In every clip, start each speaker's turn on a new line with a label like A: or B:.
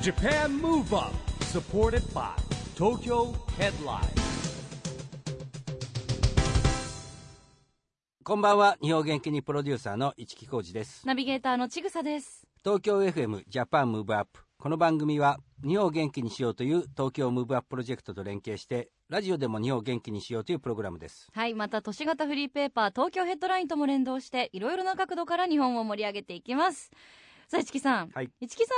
A: Japan Move Up supported by Tokyo Headline
B: こんばんは日本元気にプロデューサーの市木浩司です
C: ナビゲーターのちぐさです。
B: 東京 FM ジャパンムーブアップこの番組は日本を元気にしようという東京ムーブアッププロジェクトと連携してラジオでも日本を元気にしようというプログラムです
C: はい、また都市型フリーペーパー東京ヘッドラインとも連動していろいろな角度から日本を盛り上げていきます。さあ市木さん、
B: はい
C: 市木さ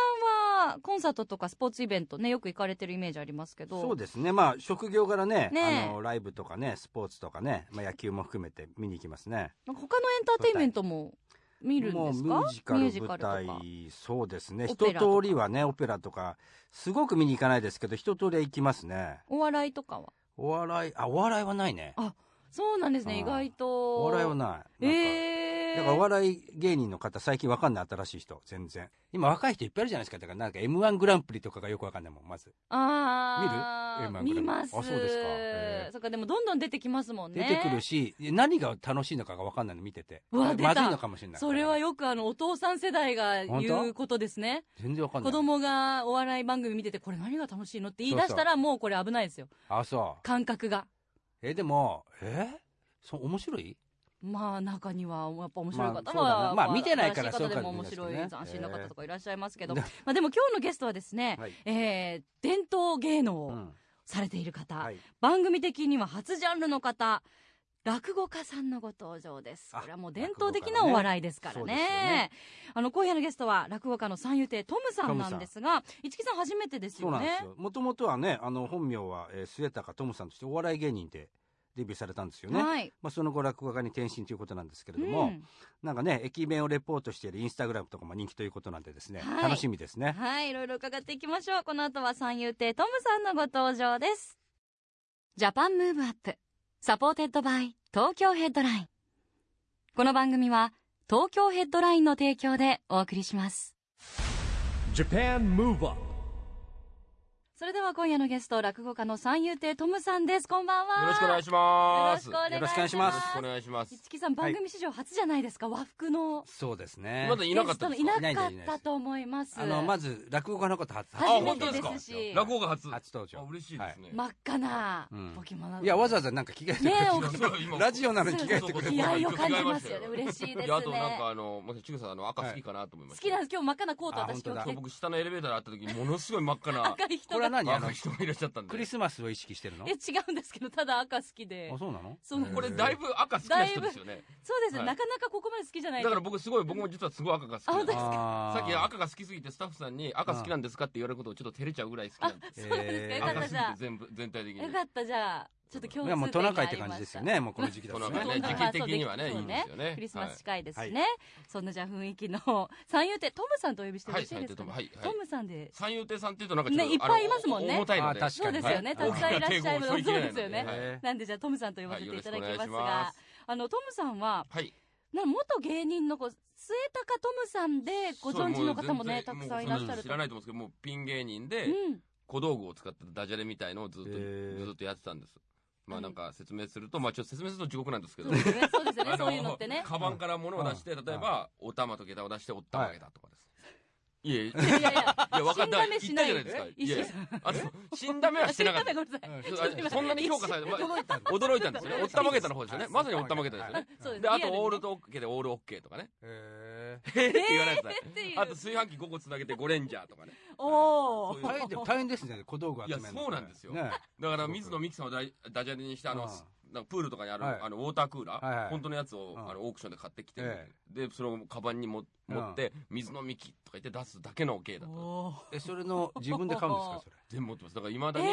C: んはコンサートとかスポーツイベントねよく行かれてるイメージありますけど、
B: そうですねまあ職業柄ね
C: ねえ
B: あのライブとかねスポーツとかね、まあ、野球も含めて見に行きますね
C: なんか他のエンターテインメントも見るんですか？
B: もうミュージカル
C: ミュー
B: 舞
C: ジカルとか
B: 台そうですね
C: オ
B: 一
C: ペ
B: 通
C: ラとか
B: りはねオペラとかすごく見に行かないですけど一通りは行きますね
C: お笑いとかは。
B: お笑いあお笑いはないね
C: あそうなんです
B: あ
C: ね
B: ー
C: 意外と。
B: お笑いはないなんか
C: ええー。
B: だからお笑い芸人の方最近わかんない新しい人全然今若い人いっぱいいるじゃないですかだからなんか m 1グランプリとかがよくわかんないもんまず、
C: あー
B: 見る
C: 見ます。
B: あそうですかへー
C: そっかでもどんどん出てきますもんね。
B: 出てくるし何が楽しいのかがわかんないの見てて
C: うわ
B: ま
C: 出た
B: ずいのかもしれない
C: それはよくあのお父さん世代が
B: 本
C: 言う
B: 当
C: ことですね
B: 全然わかんな
C: 子
B: い
C: 供がお笑い番組見ててこれ何が楽しいのって言い出したらもうこれ危ないですよ
B: あそう
C: 感覚が
B: えでもえそう面白い
C: まあ中にはやっぱ面白い
B: まあ
C: 方
B: そうだ
C: は、
B: なまあ見てないから
C: 新しい方で
B: そ
C: も
B: うかも
C: 面
B: しれな
C: 白
B: い
C: い
B: ですね
C: 斬新な方とかいらっしゃいます けど、
B: えー
C: まあでも今日のゲストはですね、
B: はい、
C: えー伝統芸能
B: う
C: を
B: ん
C: されている方、
B: はい、
C: 番組的には初ジャンルの方落語家さんのご登場です
B: あ
C: これはもう伝統的
B: 落語家
C: な
B: ね
C: お笑いですか
B: そ
C: らね
B: うですよね
C: あの今夜のゲストは落語家の三遊亭トムさんなんですが市木さん初めてです
B: そうな
C: よ
B: んで
C: ね
B: すよもともとはねあの本名は、えー末高トムさんとしてお笑い芸人でデビューされたんですよね、
C: はい、
B: まあ、その後落語家に転身ということなんですけれ
C: う
B: ども、
C: ん
B: なんかね駅弁をレポートしているインスタグラムとかも人気ということなんでですね、
C: はい
B: 楽しみですね
C: はいいろいろ伺っていきましょうこの後は三遊亭トムさんのご登場ですジャパンムーブアップサポーテッドバイ東京ヘッドラインこの番組は東京ヘッドラインの提供でお送りします
A: Japan Move Up
C: それでは今夜のゲスト落語家の三遊亭トムさんですこんばんは
D: よろしくお願いします。
C: よろしくお
B: よろしくお
C: 願
B: 願
C: い
B: い
C: し
B: し
C: ま
B: ますす
D: よろしくお願いします。
C: 一木さん番組史上初じゃないですか、和服の
B: そうですね
D: まだいなかったん
C: ゲ
D: で
C: ストの
D: すか
B: いないです
C: なか
B: いない
C: っ
B: で
C: た
B: す
C: と思います
B: あのまず落語家のこと初
C: あ
D: 初めてですし落
B: 語
D: 語が初。
B: 初登場
D: あ嬉しいですね。
C: 真っ赤な
B: うん
C: ポケモンなの
B: いやわざわざなんか着替えてく
C: ね
B: れ
C: えお
B: て
C: か
D: すごい今
B: ラジオなのに
C: そ
B: 着
C: う
B: 替え
C: です
B: てくれ
D: そう
B: て
C: 気
D: そう
C: 合
D: そう
C: を感じます よね
D: 着替えましたよ
C: 嬉しいですね
D: いやあとなんかあのまさにちぐさんあの赤好きかなと思いま
C: 好
D: した。
C: きなんです今日真っ赤なコート
B: あ
C: 私
B: 本当
C: 今
B: だ
C: 日着て
D: 僕下のエレベーターで会った時ものすごい真っ赤な
C: 赤い人
B: これは
C: が
B: 何あの
D: 赤い人がいらっしゃったんで。
B: クリスマスを意識してるの
C: いや違うんですけどただ赤好きで
B: あそうなの
C: そう
D: これだいぶ赤好きな人ですよね。
C: そうですね、
D: はい
C: なかなかここまで好きじゃない
D: だから僕すごい僕も実はすごい赤が
C: あ
D: 好
C: 本当
D: きで。
C: です
B: あー
D: さっき赤が好きすぎてスタッフさんに赤好きなんですかって言われることをちょっと照れちゃうぐらい好きなんです。
C: そうなんですか、
B: えー
C: よかっ
D: 赤
C: たじ
D: すぎて
C: ゃ
D: 全部全体
C: あ
D: 的に。
C: よかったじゃあちょっと共
B: いやもう
C: 通
B: ト
C: 点が
B: ナ
C: あ
B: カイったて感じ
C: りまし
B: ですよねもうこの時期だ
D: ことの
B: ね
C: そう
D: ね時期的にはねい
C: そう
D: いですよね。
C: クリスマス
D: はい
C: 近いですね、そんなじゃあ雰囲気の 三遊亭トムさんとお呼びしてよ
D: は
C: ろ
D: い
C: しいですか、ね
D: はいはい
C: トムさんで
D: 三遊亭さんっていうとなんかちょっと
C: ねいっぱいいますもんね
D: あのお重たいの
B: あ
D: で
B: 確かに
C: そうですよね、
B: はい
C: たくさんいらっしゃいます
D: はい
C: そうですよ
D: は
C: ね、
D: い
B: えー
C: なんでじゃあトムさんと呼ばせていただきますが、
D: はいよろしくお願いします
C: あのトムさんは
D: はい
C: な元芸人のこう末高トムさんでご存知の方もね
D: そ
C: た
D: う
C: く
D: です
C: さんいらっしゃ
D: もう
C: る
D: 知
C: と思
D: らな
C: う
D: いと思うんですけどもうピン芸人で
C: うん
D: 小道具を使ったダジャレみたいのをずっと
B: へー
D: ずっとやってたんですまあなんか説明するとまあちょっと説明すると地獄なんですけ
C: そう
D: ど
C: ですよねそうですよね
D: あ
C: そういうのってね
D: カバンから物を出して例えばお玉と下駄を出しておったまげだとかですいやいや
C: いやいやいや
D: いや分かった
C: 死んだ目
D: 言
C: しない
D: ったじゃないですかいやい
C: 一
D: や
C: 緒
D: あの 死んだ目はしてなかっ
C: あ
D: た
C: ごめんなさい
B: うん
D: ちょっとあそんなに評価されて、まあ
B: 驚いたんだ
D: 驚いたんですよねおったまげたの方ですよねまさにおったまげたですよね
C: そうです
D: であ
C: リア
D: と
C: ルにね
D: オールとオッケーでオールオッケーとかね
B: へー
D: へーって言わないでください
C: っていう
D: あと炊飯器5個つなげてゴレンジャーとかね
C: おー
D: そ
B: 大
D: ういう
B: 変でも大変ですね小道具集めるの
D: いやそうなんですよ
B: ね
D: だから
B: すごく
D: 水野美紀さんをダダジャレにしてあの
B: うん
D: なんかプールとかにある、
B: はい
D: あのウォータークーラー、
B: はいはい
D: 本当のやつを、
B: うん
D: あのオークションで買ってきて、
B: え
D: でそれをカバンにも持って、水野美紀とか言って出すだけの芸だと
C: おー
B: えそれの自分で買うんですかそれ
D: 全部持ってますだからいまだに、
C: え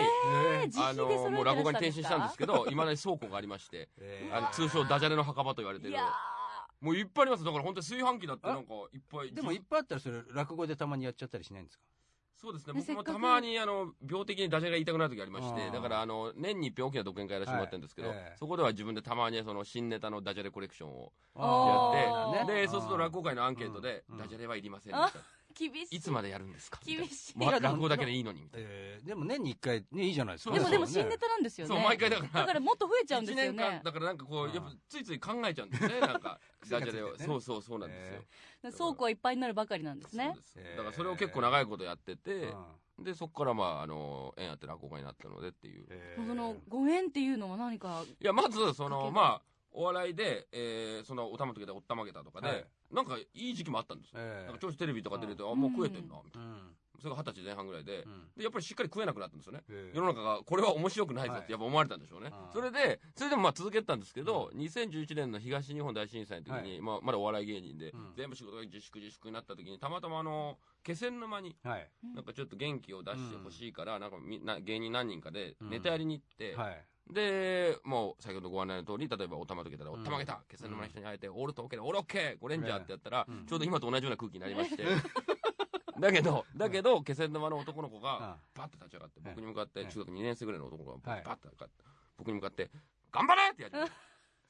B: え
C: え
D: あのもう落語家に転身したんです
C: け
D: けどいまだに倉庫がありまして
B: えー
D: あの通称ダジャレの墓場と言われて
C: い
D: る
C: や
D: もういっぱいありますだから本当に炊飯器だってなんかいっぱい
B: でもいっぱいあったらそれ落語でたまにやっちゃったりしないんですか
D: そうですね
C: ね
D: 僕
C: せ
D: も
C: っかく
D: たまにあの病的にダジャレが言いたくなる時ありまし
B: あ
D: て
B: ー
D: だからあの年に一遍大きな独演会やらせてもらってるんですけど、
B: はいええ
D: そこでは自分でたまにその新ネタのダジャレコレクションを
C: あー
D: やって
C: ね
D: でそうすると落語会のアンケートで
B: うん
D: 「ダジャレはいりません」み
C: あ
D: たいな
C: 厳しい
D: いつまでやるんですか?」みたいな
C: 厳しい
D: まあ落語だけでいいのに」みたい
B: えーでも年に一回ねいいじゃないですか
C: でもでも
B: ね
C: 新ネタなんですよ
D: な
C: ね
D: そう毎回だか
C: だかららもっと増えちゃうんで
D: 1
C: すよ
D: 年
C: ね
D: 間だからなんかこ
B: うん
D: うやっぱついつい考えちゃうんですねなんか
B: 癖
D: ダ
B: がつ
D: ジ
B: い
D: ャ
B: てね
D: レをそうそうそうなんですよ
B: え
C: 倉庫はいっぱいになるばかりなんですね
D: そうですだからそれを結構長いことやってて
B: うん
D: でそこからまああの縁あって落語家になったのでっていう
B: え
E: そのご縁っていうのは何か
D: いやまず
E: か
D: そ
E: け
D: の
E: た
D: まあお笑いで、えーそのおたまげたおったまげたとかで、
B: はい
D: なんかいい時期もあったんですよ、
B: え
D: な
B: え
D: んか調子テレビとか出ると、
E: ん
D: あもう食えてんなみた
B: う
D: いなんそれが二十歳前半ぐらいで,、
B: うん
D: でやっぱりしっかり食えなくなったんですよね
B: ええ
D: 世の中がこれは面白くないぞっ
B: はい
D: てやっぱ思われたんでしょうね、
B: ああ
D: それでそれでもまあ続けてたんですけど、2011年の東日本大震災の時に、
B: はい
D: まあ、まだお笑い芸人で、
B: うん
D: 全部仕事が自粛自粛になった時にたまたまあの気仙沼に
B: はい
D: なんかちょっと元気を出してほしいから、なんかみな芸人何人かでネタやりに行って、
B: はい
D: でもう先ほどご案内の通り例えばお玉とけたら「お玉げた気仙沼の人に会えて、オールとオケだオールオッケーゴレンジャー」ってやったら、
B: うん
D: ちょうど今と同じような空気になりまして だけどだけど気仙沼の男の子が、
B: あ
D: バッて立ち上がって
B: ええ
D: 僕に向かって
B: ええ
D: 中学2年生ぐらいの男がバ
B: はい
D: ッて向かって僕に向かって「頑張れ!」ってやって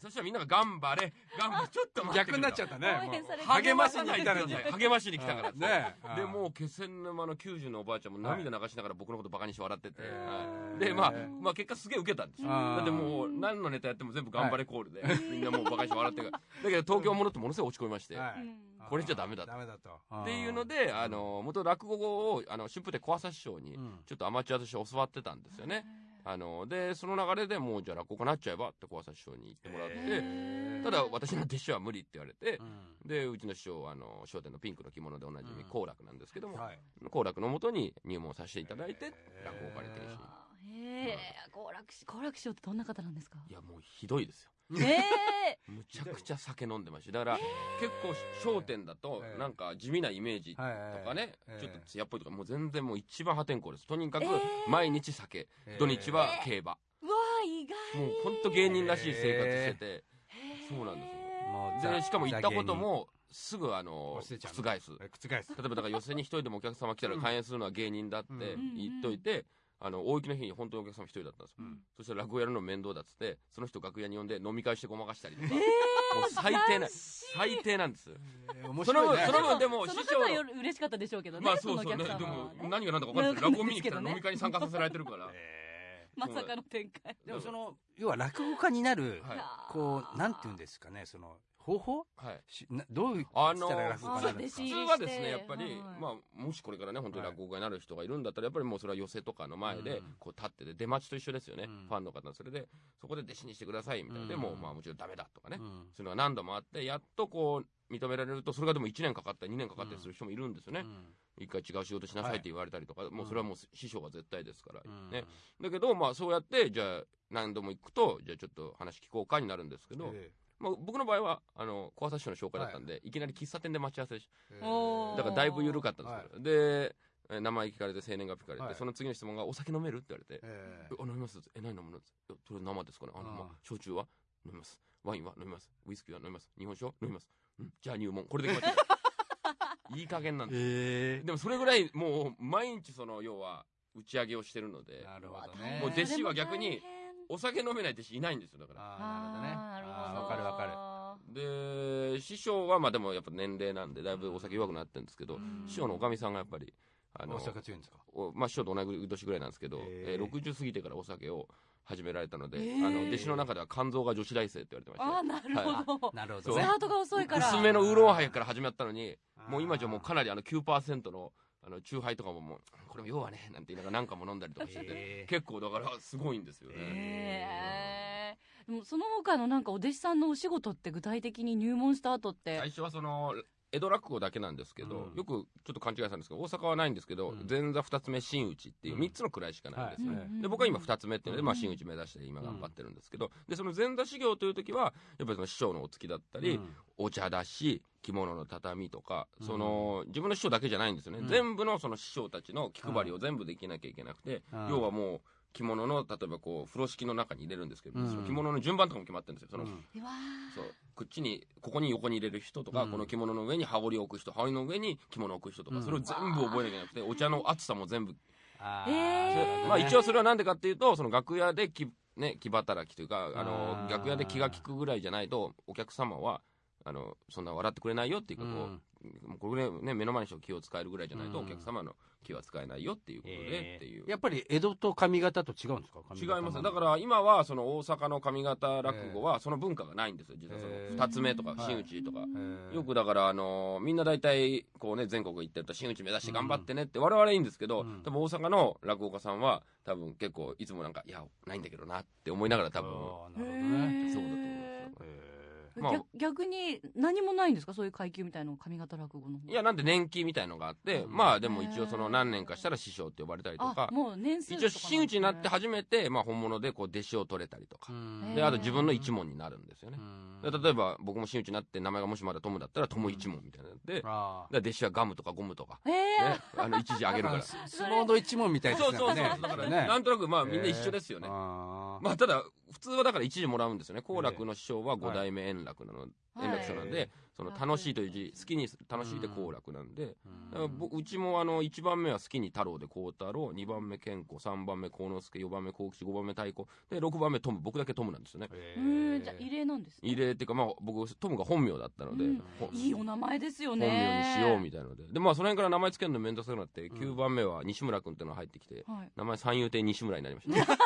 D: そしたらみんなが「頑張れ頑張れ」ちょっと待っ
B: 逆
D: てくれ
B: になっちゃったね
E: 応援されて
B: もう
D: 励ましに
B: 励
D: 来
B: ま
D: た
B: しに来
D: のに
B: たの
D: 励ましに来たからっ
B: に
D: て
B: ねえ
D: でもう気仙沼の90のおばあちゃんも涙流しながら僕のことバカにして笑ってて、
B: え
D: は
B: ー
D: いでまあまあ結果すげえウケたんですよ
B: あー
D: だってもう何のネタやっても全部頑張れコールで、みんなもうバカにして笑ってるからだけど東京戻ってものすごい落ち込みまして、
B: はい
E: うん
D: これじゃダメだと
B: ダメだと
D: っていうのであの元落語をあの春風亭小朝師匠に
B: うん
D: ちょっとアマチュアとして教わってたんですよね、あのでその流れでもうじゃあ落語家になっちゃえばって小朝師匠に言ってもらって、
B: え
D: ただ私の弟子は無理って言われて、
B: うん
D: でうちの師匠はあの笑点のピンクの着物でおなじみ
B: うん
D: 好楽なんですけども、
B: はい
D: 好楽のもとに入門させていただいて、
B: えー
D: 落語家に転身
E: あへえ好楽師好楽師匠ってどんな方なんですか
D: いやもうひどいですよ
E: ええ
D: むちゃくちゃ酒飲んでましただから結構『笑点』だと
B: えー
D: なんか地味なイメージとかね
B: えー
D: ちょっと艶っぽいとかもう全然もう一番破天荒ですとにかく
E: えー
D: 毎日酒
B: えー
D: 土日は競馬
E: うわー意外
D: もうほんと芸人らしい生活してて
E: へー
D: そうなんですよ
B: もうザ
D: でしかも行ったこともすぐあの
B: 忘れちゃう
D: 覆す
B: え覆す
D: 例えばだから寄席に一人でもお客様来たら開演するのは芸人だって
E: ん
D: 言っといて、あの大雪の日に本当にお客様一人だったんですよ、
B: ん
D: そしたら落語やるの面倒だっつってその人楽屋に呼んで飲み会してごまかしたりとか、もう最低な最低なんです
B: えー面
D: その
B: 白い
D: 分
B: ね
D: その分でも
E: そ
D: 師
E: の
D: 匠
E: 方はより嬉しかったでしょうけどね、
D: まあそうそう
E: のお
D: ね
E: 客
D: で
E: 様は
D: も
E: ね
D: 何が何だか分かんない
E: わ
D: け
E: か
D: ど
E: んない
D: 落語
E: です
D: 見に
E: け
D: 来
E: ど
D: た
E: ね
D: ら飲み会に参加させられてるから
B: え
E: まさかの展開
B: ーでもその要は落語家になる
D: はい
B: こうなんていうんですかねその方法
D: はい
B: しなどういう
D: あ
B: し
D: の
B: たら落語家になるんですか
E: 弟子
D: 普
E: 入
D: 通
E: り
D: は
E: して
D: ですねやっぱり、
E: はい
D: まあ、もしこれからね本当に落語家になる人がいるんだったらやっぱりもうそれは寄席とかの前
B: う
D: で
B: ん
D: こう立ってて出待ちと一緒ですよね、
B: うん
D: ファンの方のそれでそこで弟子にしてくださいみたいな、で
B: うん
D: もうまあもちろんダメだとかね、
B: うん
D: そういうのが何度もあってやっとこう認められるとそれがでも1年かかったり2年かかったりする人もいるんですよね、
B: うん
D: 一回違う仕事しなさいって言われたりとか、もうそれはもう師匠が絶対ですから、
B: うん
D: ねだけどまあそうやってじゃあ何度も行くとじゃあちょっと話聞こうかになるんですけど、
B: え
D: まあ、僕の場合はあの小朝師匠の紹介だったんで、い、きなり喫茶店で待ち合わせし
B: ーえ
E: おー
D: だからだいぶ緩かったんですけど、でえ名前聞かれて生年月日聞かれて、
B: はい
D: その次の質問が「お酒飲める?」って言われて
B: え
D: えあ飲みますえ何飲むのいやそれ生ですかねあの、
B: あー
D: まあ、焼酎は飲みますワインは飲みますウイスキーは飲みます日本酒は飲みますうんじゃあ入門これで決まっ てるいい加減なんです
B: え
D: でもそれぐらいもう毎日その要は打ち上げをしてるので
B: なるほどね
D: もう弟子は逆に
E: あーでも大変
D: お酒飲めない弟子いないんですよだから
B: あ
E: あー
B: ー
E: なるほど
B: わかるわかる
D: で師匠はまあでもやっぱ年齢なんでだいぶお酒弱くなってるんですけど、
E: ん
D: 師匠のおかみさんがやっぱりあの
B: 大阪強いんですか
D: おまあ、師匠と同い年ぐらいなんですけど、
B: へー
D: えー60過ぎてからお酒を始められたので、
E: ー
D: あの弟子の中では肝臓が女子大生って言われてました
E: あ
D: よ
E: ーなるほど、
B: なるほ
D: ど
B: ど
D: ね
E: スタートが遅いから
D: 薄めのウーロンハイから始まったのに
B: あー
D: もう今じゃもうかなりあの9%のあのチューハイとかももうこれも要はねなんて言いながらなんかも飲んだりとかしてて、
B: えー
D: 結構だからすごいんですよね、
E: へーでもその他のなんかお弟子さんのお仕事って具体的に入門した後って、
D: 最初はその江戸落語だけなんですけど、
B: うん
D: よくちょっと勘違いしたんですけど大阪はないんですけど、
B: うん
D: 前座二つ目真打ちっていう
B: うん
D: 3つの位しかないんですよ、
B: はい
E: うんうん
D: で僕は今2つ目っていうので、
B: うん
D: まあ、真打ち目指して今頑張ってるんですけど、でその前座修行という時はやっぱりその師匠のお付きだったり、
B: うん
D: お茶だし着物の畳とか
B: うん
D: その、自分の師匠だけじゃないんですよね、
B: うん
D: 全部のその師匠たちの気配りを全部できなきゃいけなくて、
B: うん
D: 要はもう着物の例えばこう風呂敷の中に入れるんですけど、
B: うん
D: その着物の順番とかも決まってるんですよその、
B: うん
E: うわー
D: そうこっちにここに横に入れる人とか、
B: うん
D: この着物の上に羽織を置く人羽織の上に着物を置く人とか、
B: うん
D: それを全部覚えなきゃいけなくてお茶の熱さも全部、
B: あ
E: えー
B: ーなるほどね
D: まあ、一応それはなんでかっていうとその楽屋でき、ね、気働きというかあの
B: あー
D: 楽屋で気が利くぐらいじゃないとお客様はあのそんな笑ってくれないよっていうことを、
B: うん
D: もうこれぐらいね目の前の人を気を使えるぐらいじゃないと、
B: うん
D: お客様の気は使えないよっていうことで、っていう
B: やっぱり江戸と上方と違うんですか
D: 違いますねだからら今はその大阪の上方落語はその文化がないんですよ実はそ
B: え
D: の
B: ー
D: 二つ目とか
B: はい
D: 真打ちとか、よくだから、あのーみんな大体こう、ね、全国行ってると真打ち目指して頑張ってねって、我々はいいんですけど、
B: うん
D: 多分大阪の落語家さんは多分結構いつもなんかいやないんだけどなって思いながら多分
B: なるほどね
D: そうだと思いますよ
B: え
D: まあ
C: 逆逆に何もないんですかそういう階級みたいなの上方落語の方
D: いやなんで年季みたいのがあって、
B: うん
D: まあでも一応その何年かしたら師匠って呼ばれたりと
C: あ
D: か
C: もう年数とか
D: 一応真打ちになって
C: は
D: 初めて、まあ、本物でこう弟子を取れたりとか、
B: ー
D: であと
C: へー
D: 自分の一門になるんですよね、で例えば僕も真打ちになって名前がもしまだ友だったら友一門みたいになって、だか
B: あ
D: ら弟子はガムとかゴムとか、
C: えー
D: ね、あの一時あげるから。
B: 相撲の一門みたいです
D: そう
B: ね
D: そうそう。だから、なんとなくまあみんな一緒ですよね。
B: ま
D: まあただ、普通はだから一時もらうんですよね。好楽の師匠は
B: え
D: 五代目円楽なの、円
C: はい
D: 楽師匠なん
B: へえ
D: で、その楽しいという字、好きに楽しいで好楽なんで、だから僕うちもあの、一番目は好きに太郎で孝太郎、二番目健子、三番目幸之助、四番目幸吉、五番目太鼓、で、六番目トム、僕だけトムなんですよね。
C: うーんじゃあ異例なんですね
D: 異例っていうかまあ僕、トムが本名だったので、
C: うん
D: ほ
C: いいお名前ですよ
D: 本名に
C: ね
D: しようみたいなので。で、まあその辺から名前つけるの面倒くさくなって、
B: うん
D: 九番目は西村君っていうのが入ってきて、
C: はい
D: 名前三遊亭西村になりました、 ね、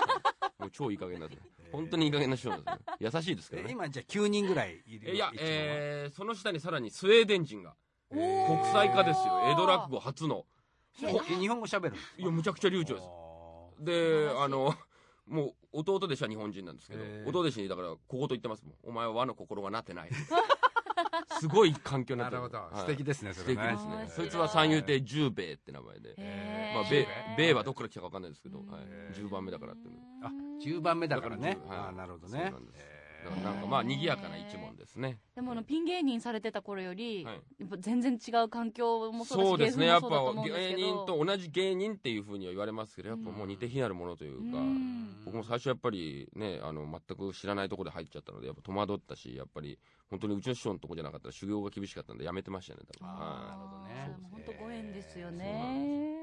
D: もう超いい加減なんですね本当にいい加減な人なんですね優しいですからね
B: 今じゃあ9人ぐらいいる
D: えいや、えー、その下にさらにスウェーデン人が
B: 国
D: 国際化ですよ江戸落語初の
B: 日本語喋るんです
D: いやむちゃくちゃ流暢です
C: 素晴
D: で
C: らしい
D: あのもう弟弟子は日本人なんですけど
B: へー
D: 弟弟子にだからここと言ってますもんお前は和の心がなってない すごい環境に
B: な
D: なって
B: る
D: る
B: ほど
D: はい
B: 素敵ですね
D: 素
B: それ
D: 敵
B: ね
D: です
C: 面白
D: ね
C: い
D: そいつは三遊亭十兵衛って名前で、
C: へー
D: まあ
B: べ
D: 米米
B: べ
D: はどっから来たかわかんないですけど、はい
B: へ、ー
D: 10番目だからっていうの
B: あ10番目だからね
D: だから10はい
B: あーなるほど
D: そう
B: ね
D: なんです
B: え
D: だ
B: ー
D: からなんかまあ賑やかな一門ですね
C: でもあのピン芸人されてた頃より、
D: はい
C: やっぱ全然違う環境もそうだし
D: そうですね
C: 芸
D: や
C: 風
D: っ
C: もそうだと思
D: ぱ
C: うんですけ
D: 芸
C: ど
D: 人と同じ芸人っていうふうには言われますけどやっぱもう似て非なるものというか僕も最初やっぱりねあの全く知らないところで入っちゃったのでやっぱ戸惑ったしやっぱり本当にうちの師匠のとこじゃなかったら修行が厳しかったんでやめてましたね多分
B: あ
D: は
B: ー
C: あー
B: なるほどね
C: それも本当ご縁ですよ
D: そうなん
C: ね。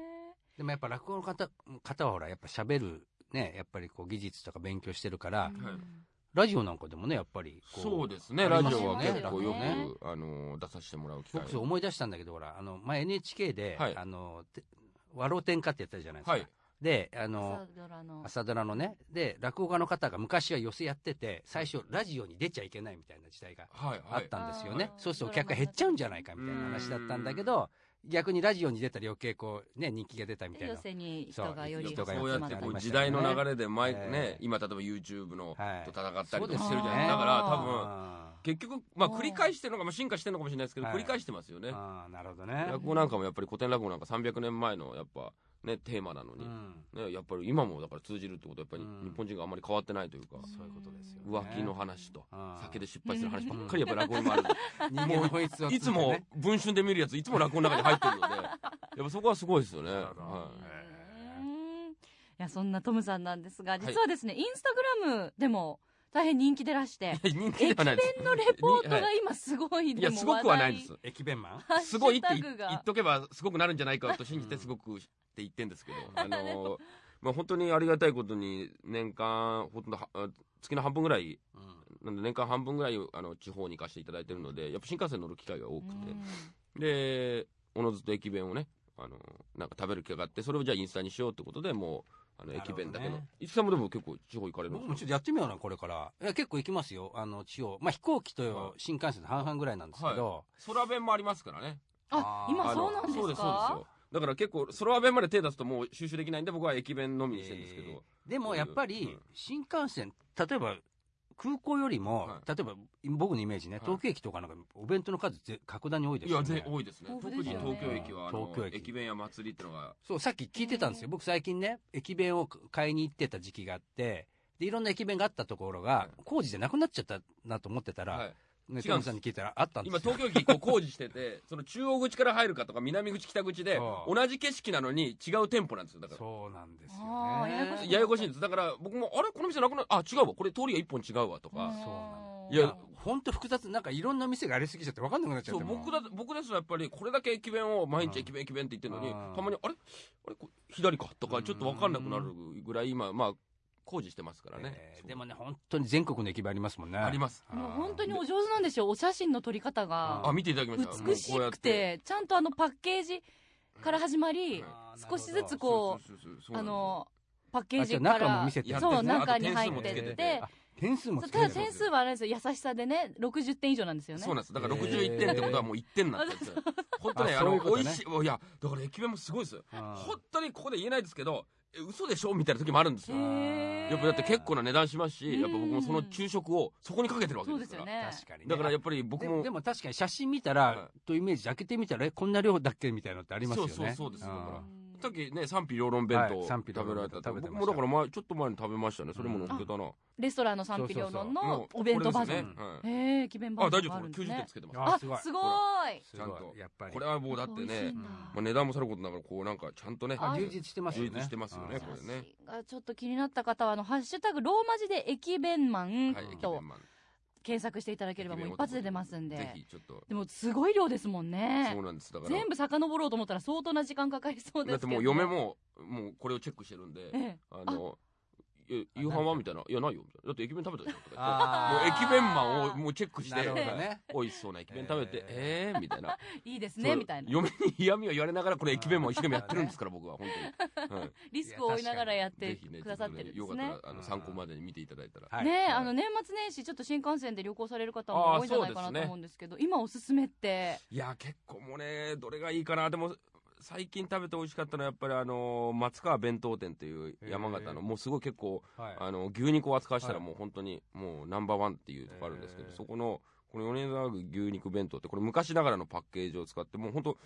B: でもやっぱ落語の方方はほらやっぱ喋るねやっぱりこう技術とか勉強してるから
D: はい
B: ラジオなんかでもねやっぱり
D: い
B: こ
D: そうですね
B: あ
D: ラ
B: り
D: ジ
B: ます
D: オ
B: よ
D: は
B: ね
D: 結構よ
B: ラジオね
D: くあの出させてもらう機会
B: 僕そう思い出したんだけどほらあの前 NHK で、
D: はい
B: あのて和老天下ってやったじゃないですか、
D: はい
B: であの
C: 朝ドラの。
B: 朝ドラのねで落語家の方が昔は寄せやってて最初ラジオに出ちゃいけないみたいな時代が
D: はい
B: あ
D: は
B: っ
D: い
B: たんですよね、
C: あー
B: そうするとお客が減っちゃうんじゃないかみたいな話だったんだけど逆にラジオに出たら余計こうね人気が出たみたいな
C: 寄せに人がより
B: そう人が
D: そ
B: 寄
D: う
B: せ
C: 集
D: や
B: に
C: ま
D: って
C: る
D: こ
B: あり
D: う
B: ました
D: 時
B: よ
D: 代の
B: ね
D: 流れで前
B: ええ
D: ね今例えば YouTube の
B: はい
D: と戦ったり
B: そう
D: と
B: で
D: か
B: す
D: し
B: よ
D: てるじゃない
B: ね
D: だから多分
B: あー
D: 結局、まあ、
C: うん
D: 繰り返してるのか、まあ、進化してるのかもしれないですけど、
B: はい
D: 繰り返してますよね。
B: あーなるほどね
D: 落語なんかもやっぱり古典落語なんか300年前のやっぱね、テーマなのに、
B: うん
D: ね、やっぱり今もだから通じるってことはやっぱり
B: うん
D: 日本人があんまり変わってないというか、
B: そういうことですよ、ね、
D: 浮気の話と
B: あー
D: 酒で失敗する話ばっかりやっぱ落語にもある。
B: 人間の本質を
D: いつも文春で見るやつ、いつも落語の中に入ってるので、やっぱそこはすごいですよね。
B: なるほど
D: は
C: う
D: い
C: んいやそんなトムさんなんですが
D: い
C: 実はですね、インスタグラムでも大変人気でら して
D: 人気ではないです。
C: のレポート
D: には
C: が
D: い
C: 今すごい
D: い
C: で
D: や、
C: も
D: すごくはないんです。
B: 駅弁マン
C: 話題
D: すごいって
C: ハッ
D: い
C: シュタ
D: 言
C: グが
D: っとけばすごくなるんじゃないかと信じてすごくって言ってんですけど、 あのまあ本当にありがたいことに年間ほとんどはあ月の半分ぐらいなんで年間半分ぐらいあの地方に行かせていただいてるのでやっぱ新幹線乗る機会が多くて、でおのずと駅弁をねあのなんか食べる機会があってそれをじゃあインスタにしようってことでもうあの
B: なるほ
D: 駅
B: どね
D: 弁だけの伊木さんもでも結構地方行かれる
B: 僕
D: んで
B: も
D: す
B: ちょっとやってみようなこれからいや結構行きますよあの地方まあ飛行機
D: はい
B: と新幹線と半々ぐらいなんですけど、
D: か空弁もありますからね
C: あ
B: あ
C: 今
B: の
C: そうなん
D: そう
C: で
D: ですすそうです
C: か
D: よだから結構空弁まで手出すともう収集できないんで僕は駅弁のみにしてるんですけど、
B: えーでもやっぱ
D: そうい
B: り
D: ううん
B: 新幹線例えば空港よりも、
D: はい
B: 例えば僕のイメージね
D: はい
B: 東京駅とかなんかお弁当の数ぜ格段に多いで
D: い
B: すよ
D: や、
B: ね
D: ぜ多いですね。
C: 豊
D: 特
C: 富で
D: に
C: すよね
D: 東京駅は、あの
B: 東京駅
D: 駅弁や祭りってのが、
B: そうさっき聞いてたんですよ僕最近ね駅弁を買いに行ってた時期があってでいろんな駅弁があったところが、
D: はい
B: 工事でなくなっちゃったなと思ってたら、
D: はい
B: ね、
D: 違う
B: ト
D: んです
B: ムさんに聞いたらあったんです
D: 今
B: よ
D: 東京駅こう工事してて、その中央口から入るかとか南口北口で、
B: そう
D: 同じ景色なのに違う店舗なんですよ。だから。
B: そうなんですよ
C: あー
B: ね
C: ややこしい
D: ややこしいんです。だから僕も、あれこの店なくなあ、違うわ。これ通りが一本違うわとか。
B: そ
D: いや
B: 本当複雑なんかいろんな店がありすぎちゃって分かんなくなっちゃ
D: そ
B: っ
D: う
B: て
D: 僕だ僕ですらやっぱりこれだけ駅弁を毎日駅弁駅弁って言ってるのに
B: うん
D: たまにあれあれこれ左かと
B: う
D: か
B: ん
D: ちょっと分かんなくなるぐらい今まあ工事してますからね、
B: えー
D: そう
B: でもね本当に全国の駅弁ありますもんね
D: あります
B: うん
C: もう本当にお上手なんですよお写真の撮り方
B: あ
C: が
D: あ見ていただきました
C: 美し
D: もうこうやっ
C: くてちゃんとあのパッケージから始ま
B: あーな
C: り
B: るほ
C: 少
B: ど
C: しずつこ
D: そうそうそうそう
C: あ
D: うそうなんですよ
C: のパッケージ
B: あ
C: か
B: じゃあ中も
C: ら
B: 見せて
C: そう
D: やって
C: 中
D: るん
C: に
D: ですね
C: 入っ
D: も
C: て
D: つけて
C: ってて
B: あ点数も
C: そう
B: つけ
C: た
B: て
C: だ
B: る
C: 点数はあれですよ優しさでね60点以上なんですよね
D: そうなんですだから
B: へー
D: 61点ってことはもう1点な んですよ本当ね
B: あ
D: あ
B: そうい
D: の
B: うことね
D: 美味しいいやだから駅弁もすごいですよ
B: うん
D: 本当にここで言えないですけどえ嘘でしょみたいな時もあるんですよ
C: へー
D: やっぱだって結構な値段しますしやっぱ僕もその昼食をそこにかけてるわけ
C: そう
D: で
C: ですす
D: から
C: よね
B: 確かにね
D: だからや
B: っ
D: っぱり僕
B: で
D: も
B: もでも確かに写真見た
D: は
B: らとイメージ開けてみたらえこんな量だっけみたいなのってありますよね
D: そうそうそうですだから
B: ん
D: さっきね賛否両論弁当
B: はい
D: 食
B: 賛否
D: べ
B: 両論
D: ら
B: 弁当
D: れたって
B: 食べてました
D: 僕もだから前ちょっと前に食べましたねそれも乗っけたな
C: レストランの賛否両論のお弁当バージョ
D: ね
C: ン
B: ン
C: へえ駅弁バ
D: あ
C: ージ
D: 大
C: ョンが
D: 丈夫
C: あ
D: こ
C: る
D: れ
C: んですね
D: 90点つけてます
B: あ
C: あ
B: す
C: す
B: ごい
C: ごい
B: すごい
D: ちゃんと
B: やっぱり
D: これはもうだって
C: 美味しい
D: ね
C: んだ
D: まあ値段もさることながらこうなんかちゃんとね
C: あ
B: 充実してますよね
D: 充実してますよね
B: うん
D: これね
C: 写真がちょっと気になった方はあのハッシュタグローマ字で駅弁マン
D: はい駅
C: と
D: 弁マン
C: 検索していただければもう一発で出ますん
D: ぜ
C: で
D: ひちょっと
C: でもすごい量ですもんね
D: そうなんですだから
C: 全部遡ろうと思ったら相当な時間かかりそうですけど
D: だってもう嫁ももうこれをチェックしてるんで
C: ええ
D: あのえ夕飯はみたいな「いやないよ」みたいな「だって駅弁食べたでしょ」とか言っ
B: あー
D: てもう駅弁マンをもうチェックし
B: な
D: て
B: るほどね
D: 美味しそうな駅弁食べて「えー」みたいない
C: いです
D: そ
C: ね
D: う
C: みたいな
D: 嫁に嫌味を言われながらこれ駅弁マンを一生懸命やってるんですから僕は本当に、はい、
C: リスクを負いながら やって
D: ぜひね
C: くださってるん
D: ち
C: で
D: ょっ
C: す
D: とねよ
C: ね
D: かったらあの参考までに見ていただいたら
B: はい
C: ねえ
D: はい
C: あの年末年始ちょっと新幹線で旅行される方も多いんじゃないかな
D: あそうですね
C: と思うんですけど今おすすめって
D: いや結構もうねどれがいいかなでも最近食べて美味しかったのはやっぱりあの松川弁当店という山形
B: へー
D: のもうすごい結構
B: はい
D: あの牛肉を扱わしたら
B: はい
D: もう本当にもうナンバーワンっていうとこあるんですけど、
B: へー
D: そこのこの米沢牛肉弁当ってこれ昔ながらのパッケージを使ってもう本当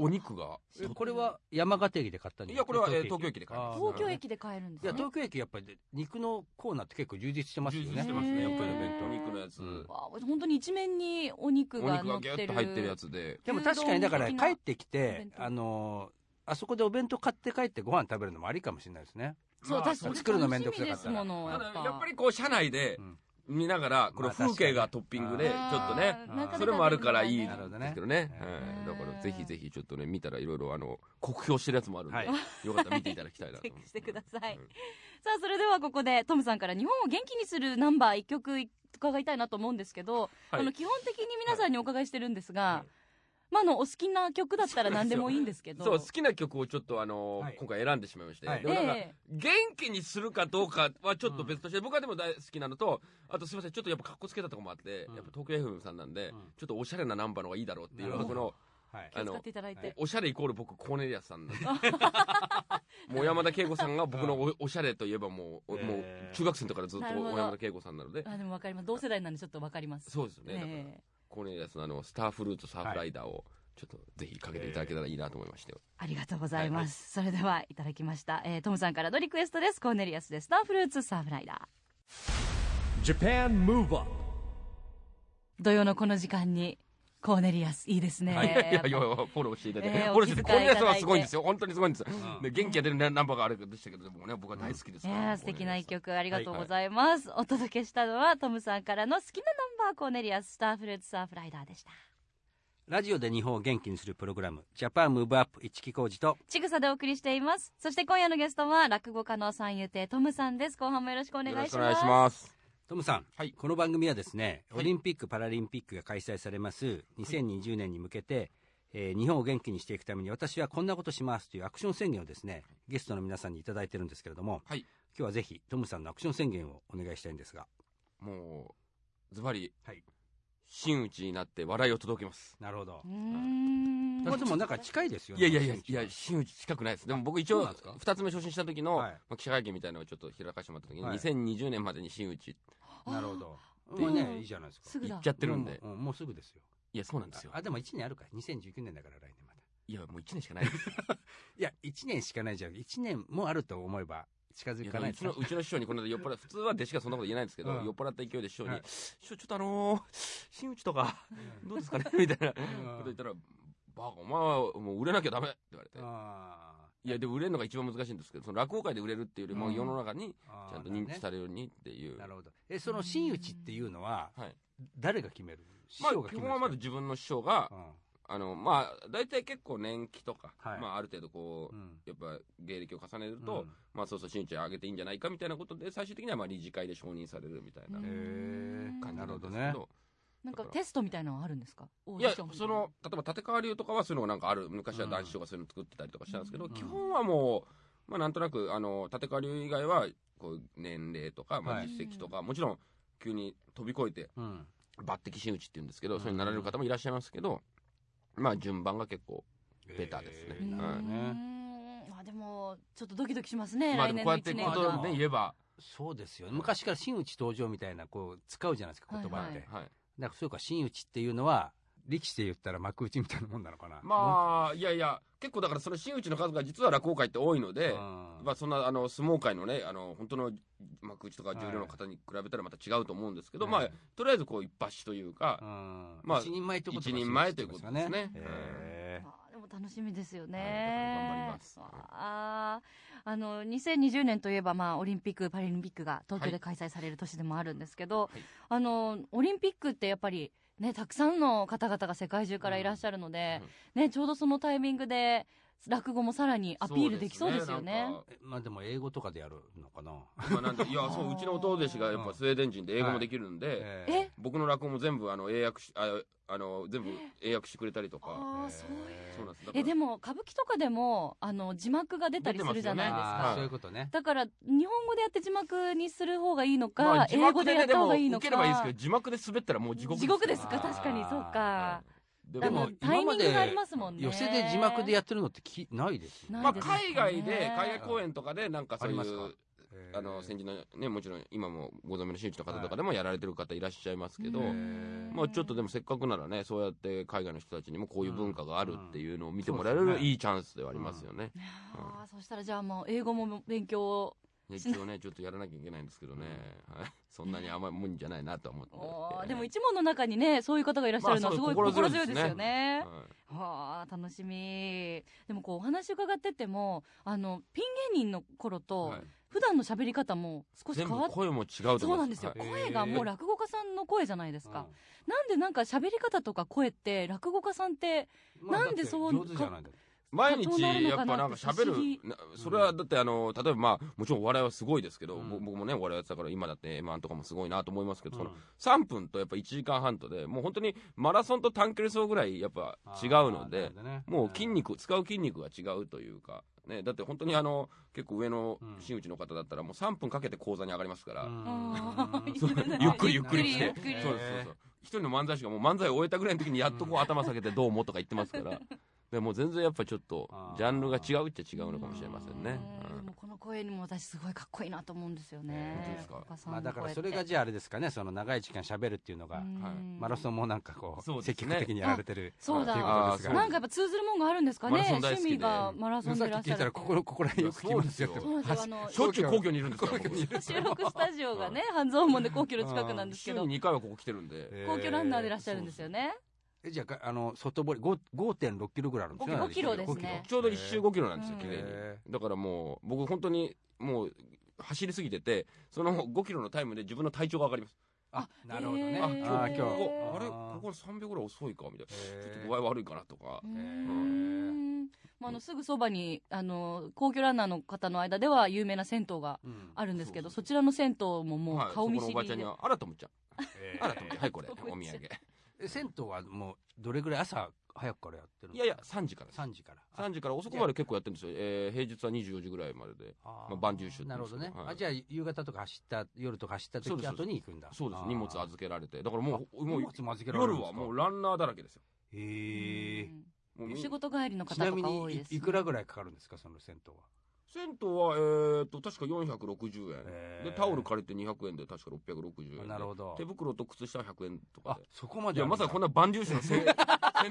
D: お肉が
B: えこれは山形駅で買ったんじゃなくて
D: いやこれはえー東京駅で買いま
B: あ
D: す
B: ー
C: 東京駅で買えるんで
B: い
C: す
B: や
C: ね
B: 東京駅やっぱり肉のコーナーって結構充実してますよね
D: 充実してますね
B: や
D: や
B: っ
D: っ
B: ぱ
D: ぱ
B: り
D: り
B: お弁
D: お
B: 当
D: 肉のやつ、
B: うん
C: わあ本当に一面にお肉
D: お
C: が
D: 肉
C: 乗
D: が
C: っ
D: ギ
C: て
D: ュ
C: る
D: ッと入ってるやつで
B: でも確かにだから
C: 牛丼的な
B: 帰ってき
C: お
B: て
C: 弁当
B: あのーあそこでお弁当買って帰ってご飯食べるのもありかもしれないですね
C: そう、
D: まあ
C: 確かに
B: 作るの面倒くさかったら
C: 楽しみですもの
D: た
C: や
D: だ
C: っぱ
D: やっぱりこう車内で
B: うん
D: 見ながらこれ
B: まあ確かに
D: 風景がトッピングでちょ
C: あー
D: っとね
C: 中で
D: それもあるからいい
C: 食べ
B: な
C: の
D: で
C: が
B: るほど
D: す
B: ね
D: けどね、
B: うん
D: はい、だか
C: う
D: ら
C: ん
D: ぜひぜひちょっとね見たらいろいろあの酷評してるやつもあるんで、
B: はい
D: よかったら見ていただきた いなと
C: チェッ
D: 思いま
C: ク
D: す
C: してください、
D: うん
C: さあそれではここでトムさんから日本を元気にするナンバー一曲伺いたいなと思うんですけど、
D: はい
C: あの基本的に皆さんにお伺いしてるんですが、
D: はい
C: まああのお好きな曲だったら何でもいいんですけど
D: そう好きな曲をちょっとあの、
B: はい
D: 今回選んでしまいまして、
B: はい
D: でもなんか、
C: ええ
D: 元気にするかどうかはちょっと別として、僕はでも大好きなのとあとすみませんちょっとやっぱかっこつけたとこもあって、
B: うん
D: やっぱ東京 FM さんなんで、
B: うん
D: ちょっとおしゃれなナンバーの方がいいだろうっていう
B: なるほ
D: 僕
B: ど
D: の
B: はい
C: 気を使っていただい
B: あの
C: て
D: おしゃれイコール僕コーネリアス さんなんでもう山田圭吾さんが僕のおおしゃれといえばもう,お、
B: えー
D: もう中学生の時からずっと
C: なるほど
D: 小山田圭吾さんなので
C: あでもわかります同世代なんでちょっとわかります
D: そうですよね、だから
C: ええ
D: コーネリアスのあのスターフルーツサーフライダーをちょっとぜひかけていただけたらいいなと思いまして、
C: ありがとうございます、それではいただきました、えートムさんからのリクエストですコーネリアスでスターフルーツサーフライダー
A: Japan Move Up
C: 土曜のこの時間にコーネリアスいいですね、
D: はい、いやいやいやフォローしていただいて、
C: えー
D: フォローしていただいて
C: お気遣いいただいて
D: コーネリアスはすごいんですよ本当にすごいんです、
B: ん
D: で元気が出るナンバーがあれでしたけどでもね僕は大好きです
C: い
D: から、
C: やー素敵な一
D: 曲
C: 曲ありがとうございます、お届けしたのはトムさんからの好きなナンバーコーネリアススターフルーツサーフライダーでした
B: ラジオで日本を元気にするプログラムジャパンムーブアップ一木工事と
C: ちぐさでお送りしていますそして今夜のゲストは落語家の三遊亭トムさんです後半もよろしくお願いしま
D: よろし
C: す
D: くお願いします
B: トムさん、
D: はい
B: この番組はですね、
D: はい
B: オリンピック・パラリンピックが開催されます2020年に向けて、えー日本を元気にしていくために私はこんなことしますというアクション宣言をですねゲストの皆さんにいただいてるんですけれども
D: はい
B: 今日はぜひトムさんのアクション宣言をお願いしたいんですが
D: もうズバリ
B: はい
D: 真打ちになって笑いを届けます
B: なるほど
C: うーん
B: まあでもなんか近いですよ
D: いやいやいや
B: 選
D: い
B: 手
D: や真打ち近くないですでも僕一
B: そう
D: 応
B: なんですか
D: 2つ目昇進した時の、
B: はい
D: まあ、記者会見みたいなのをちょっと開かしてもらった時に、
B: はい
D: 2020年までに真打ち
B: なるほど
C: ー
B: もうね、
C: うん
B: いいじゃないですか
C: すぐ
D: 行
C: だ
D: っちゃってるんで、
B: もうもうもうすぐですよ
D: いやそうなんですよ
B: あでも1年あるから2019年だから来年また
D: いやもう1年しかないです
B: いや1年しかないじゃん1年もあると思えば近づ
D: いや
B: かないう
D: ちのうちの師匠にこの間酔っ払普通は弟子がそんなこと言えないんですけど、
B: うん
D: 酔っ払った勢いで師匠に
B: はい
D: 「師匠ちょっとあのー、真打ちとかどうですかね?」みたいなこと
B: うん
D: 言ったら「バカお前はもう売れなきゃダメ」って言われて
B: あ
D: いやでも売れるのが一番難しいんですけどその落語界で売れるっていうよりも
B: うん
D: 世の中に
B: ーあー
D: ちゃんと認知されるようにっていう、
B: なるほど。え、その真打ちっていうのは、
D: はい
B: 誰が決める師
D: まあ
B: 匠が
D: 基
B: 決め
D: 本
B: る
D: は
B: んで
D: ますず自分の師匠が
B: か、
D: あのまあ大体結構年季とか、
B: はい
D: まあ、ある程度こう、
B: うん
D: やっぱ芸歴を重ねる
B: う
D: と、
B: ん
D: まあそうそう新ちゃん上げていいんじゃないかみたいなことで最終的にはまあ理事会で承認されるみたいな
C: うん
B: へえ
D: 感じ
B: な
D: な
B: るほど
D: んです
B: ね
D: けど、
C: なんかテストみたいなのはあるんですかオー
D: い
C: デ
D: や
C: ィションみた
D: そ
C: いな
D: の例えば立川流とかはそういうのがなんかある昔は男子とかそういうの作ってたりとかしたんですけど、
B: ん
D: 基本はもう、まあ、なんとなくあの立川流以外はこう年齢とか、ま
B: は
D: あ、
B: い
D: 実績とか、もちろん急に飛び越えて
B: うん
D: 抜擢真打ちっていうんですけど、
B: うん
D: それになられる方もいらっしゃいますけど、まあ順番が結構ベタですね
B: えーなるほど
C: う
B: ね
C: ーんあでもちょっとドキドキしますね、
D: まあ
C: 来
D: でも
C: 年
D: こう
C: の
D: や
C: 一
D: ってこ
B: まあ
C: 年は
B: でも
D: とね言えば、
B: そうですよね昔から真打ち登場みたいなこう使うじゃないですか言葉って、
C: はいはい
D: はい、
B: だからそうか真打ちっていうのは力士で言ったら幕内みたいなもんなのかな
D: まあいやいや結構だからその真打ちの数が実は落語界って多いので、
B: うん
D: まあ、そんなあの相撲界のねあの本当の幕内とか重量の方に比べたらまた違うと思うんですけど、
B: はい
D: まあ、とりあえずこう一発というか、
B: うん
D: まあ
B: 一人前ってことが
D: 一人前ということですね
B: そうですか
D: うん
B: へ
C: あーでも楽しみですよね、
D: はい頑張ります
C: あーあの2020年といえば、まあ、オリンピック・パラリンピックが東京で開催される年でもあるんですけど、
D: はい
C: あのオリンピックってやっぱり、ね、たくさんの方々が世界中からいらっしゃるので、ね、ちょうどそのタイミングで落語もさらにアピールできそうですよね。
D: そう
B: えまあでも英語とかでやるのかな、
D: ですねなんかまあなんでいやそううちの弟弟子がやっぱスウェーデン人で英語もできるんで、
B: え
C: え
B: え
D: 僕の落語も全部あの英訳しああの全部英訳してくれたりとか、
C: あーそういう
D: そうなんですだから
C: えでも歌舞伎とかでもあの字幕が出たりするじゃないです
D: 出てますよね
C: か
B: あ
D: は
B: ー
D: い
B: そういうことね
C: だから日本語でやって字幕にする方がいいのか、
D: まあ、字
C: 英語
D: 幕
C: で
D: で
C: やっ
D: ねで
C: た方
D: も
C: がいい
D: 受
C: のか
D: ければいいですけど字幕です滑ったらもう地獄
C: 地獄です
B: か
C: か確かに
B: あー
C: そうか
D: で
C: で
D: も
C: も
B: でも
C: タイミングがありますもんね
B: 寄せで字幕でやってるのってきないですよね
D: ま
C: な
D: あ、
C: いですね
D: 海外で海外公演とかでなんかそうい
B: あります
D: う
B: かえー
D: あの先日のねもちろん今もご存命の真打ちの方とかでもやられてる方いらっしゃいますけど、
B: うん
D: まあ、ちょっとでもせっかくならねそうやって海外の人たちにもこういう文化があるっていうのを見てもらえ
B: うんそうで
D: る
B: すね
D: いいチャンスではありますよね。
C: あーそしたらじゃあもう英語も勉強
D: ね一応ねちょっとやらなきゃいけないんですけどね、はいそんなに甘いもんじゃないなとは思って
C: を
D: ね。
C: でも一問の中にねそういう方がいらっしゃるのはすごい
D: まあそう
C: 心強いですよ
D: 心強いです
C: ね
D: は、い
C: はあ楽しみでもこうお話伺っててもあのピン芸人の頃と
D: はい
C: 普段の喋り方も少し
D: 全
C: 変
D: 部
C: わっ
D: 声も違うと思います
C: そうなんですよ、
D: はい
C: 声がもう落語家さんの声じゃないですか、なんでなんか喋り方とか声って落語家さんって
B: うんまあ
C: なんでそう
B: だって上手じゃないんだ
D: 毎
C: どう
D: 日
C: なるの
D: や
C: か
D: っぱ
C: な
D: なんか喋
C: 不思議
D: るなそれはだってあの例えばまあもちろんお笑いはすごいですけど、
B: うん
D: ぼ僕もねお笑いやってたから今だって m 1とかもすごいなと思いますけど、その
B: うん
D: 3分とやっぱ1時間半とでもう本当にマラソンと短距離走ぐらいやっぱ違うの
B: あーな
D: で
B: るほどね
D: もう筋肉使う筋肉が違うというか、ね、だって本当にあの結構上の
B: うん
D: 真打ちの方だったらもう3分かけて講座に上がりますから、
C: あ ー
D: そう ゆっくりゆっくりして
C: ゆっくりゆっくり
D: そうですそうそう一人の漫才師がもう漫才を終えたぐらいの時にやっとこう頭下げてどうもとか言ってますからでもう全然やっぱちょっと
B: あー
D: ジャンルが違うっちゃ違うのかもしれませんね、
C: う
D: うん
C: で
D: ん
C: もこの声にも私すごいかっこいいなと思うんですよね。
D: 本当ですか
C: お母さん
B: まあだ
C: の声って
B: からそれがじゃああれですかねその長い時間喋るっていうのが
C: うん
D: はい
B: マラソンもなんかこ
D: そううですね
B: 積極的にやられてる
C: そうだ
B: ということです
D: あー
B: が
C: なんかやっぱ通ずるもんがあるんですかね
D: マラソン大好き
C: 趣
D: で
C: 味がマラソン
B: さ
C: でいら
B: っき
C: っし
B: 聞
C: ゃ
B: いた
C: る
B: ら
C: って
B: ここ
C: いう
B: のここら辺よく聞きますよ
D: いや
C: そうなんですよあの
D: しょっちゅう皇居にいるんですから
B: 皇居
D: 僕
B: にいる
C: 収録スタジオがね半蔵門で皇居の近くなんですけ
D: 週
C: ど
D: に2回はここ来てるんで
C: 皇居ランナーでいらっしゃるんですよね。
B: えじゃあかあの外堀5 5.6キロぐらいあるんですね
C: 5キロですね
D: ちょうど1周5キロなんですよ
C: うん
D: 綺麗に
B: へ
D: だからもう僕本当にもう走りすぎててその5キロのタイムで自分の体調が上がります
B: あなるほど
C: へ
B: ね
C: ー
D: あ
C: え
D: 今
B: あ
D: 日
B: ー
D: こ
B: 今日
D: こあれ
B: あ
D: こ
B: ー
D: こ3秒ぐらい遅いかみたいな
B: へ
D: ちょっ
B: ー
D: と具合悪いかなとか
C: うー
B: ー
C: んまああのすぐそばにあの皇居ランナーの方の間では有名な銭湯が
B: うん
C: あるんですけど、
D: そう
C: そちらの銭湯もも
D: は
C: う
D: い、
C: 顔見知
D: そ
C: り
D: このおばちゃんに
C: で
D: は「あらともちゃん
B: えー
D: あらともちゃんはいこ れお
C: とも
D: 土産」
C: ちゃん
B: え銭湯はもうどれぐらい朝早くからやってるの
D: いやいや3時からです
B: 3時から
D: 3時から遅くまで結構やってるんですよ、えー平日は24時ぐらいまでで
B: あー
D: まあ晩中酒って
B: な
D: 言うん
B: る
D: で
B: ほど
D: すけど
B: ね、
D: はい
B: あじゃあ夕方とか走った夜とか走った
D: そうで
B: 時
D: す
B: 後に行くんだ
D: そうです荷物預けられてだからもう
B: も
D: も
B: う
D: う
B: 荷物も預けられるん
D: 夜
B: ですか
D: はもうランナーだらけですよ
B: へ
C: う
B: え
C: ん
D: もう
C: お
D: み
C: 仕事帰りの方
B: ちな
C: と
B: み
C: か多い
B: に
C: です、
B: いいくらぐらいかかるんですかその銭湯は
D: 銭湯はえー、と確か460円、
B: へー
D: でタオル借りて200円で確か660円で
B: なるほど
D: 手袋と靴下は100円とか
B: あ
D: で
B: そこま
D: い
B: で
D: やまさかこんな万流酒の せん宣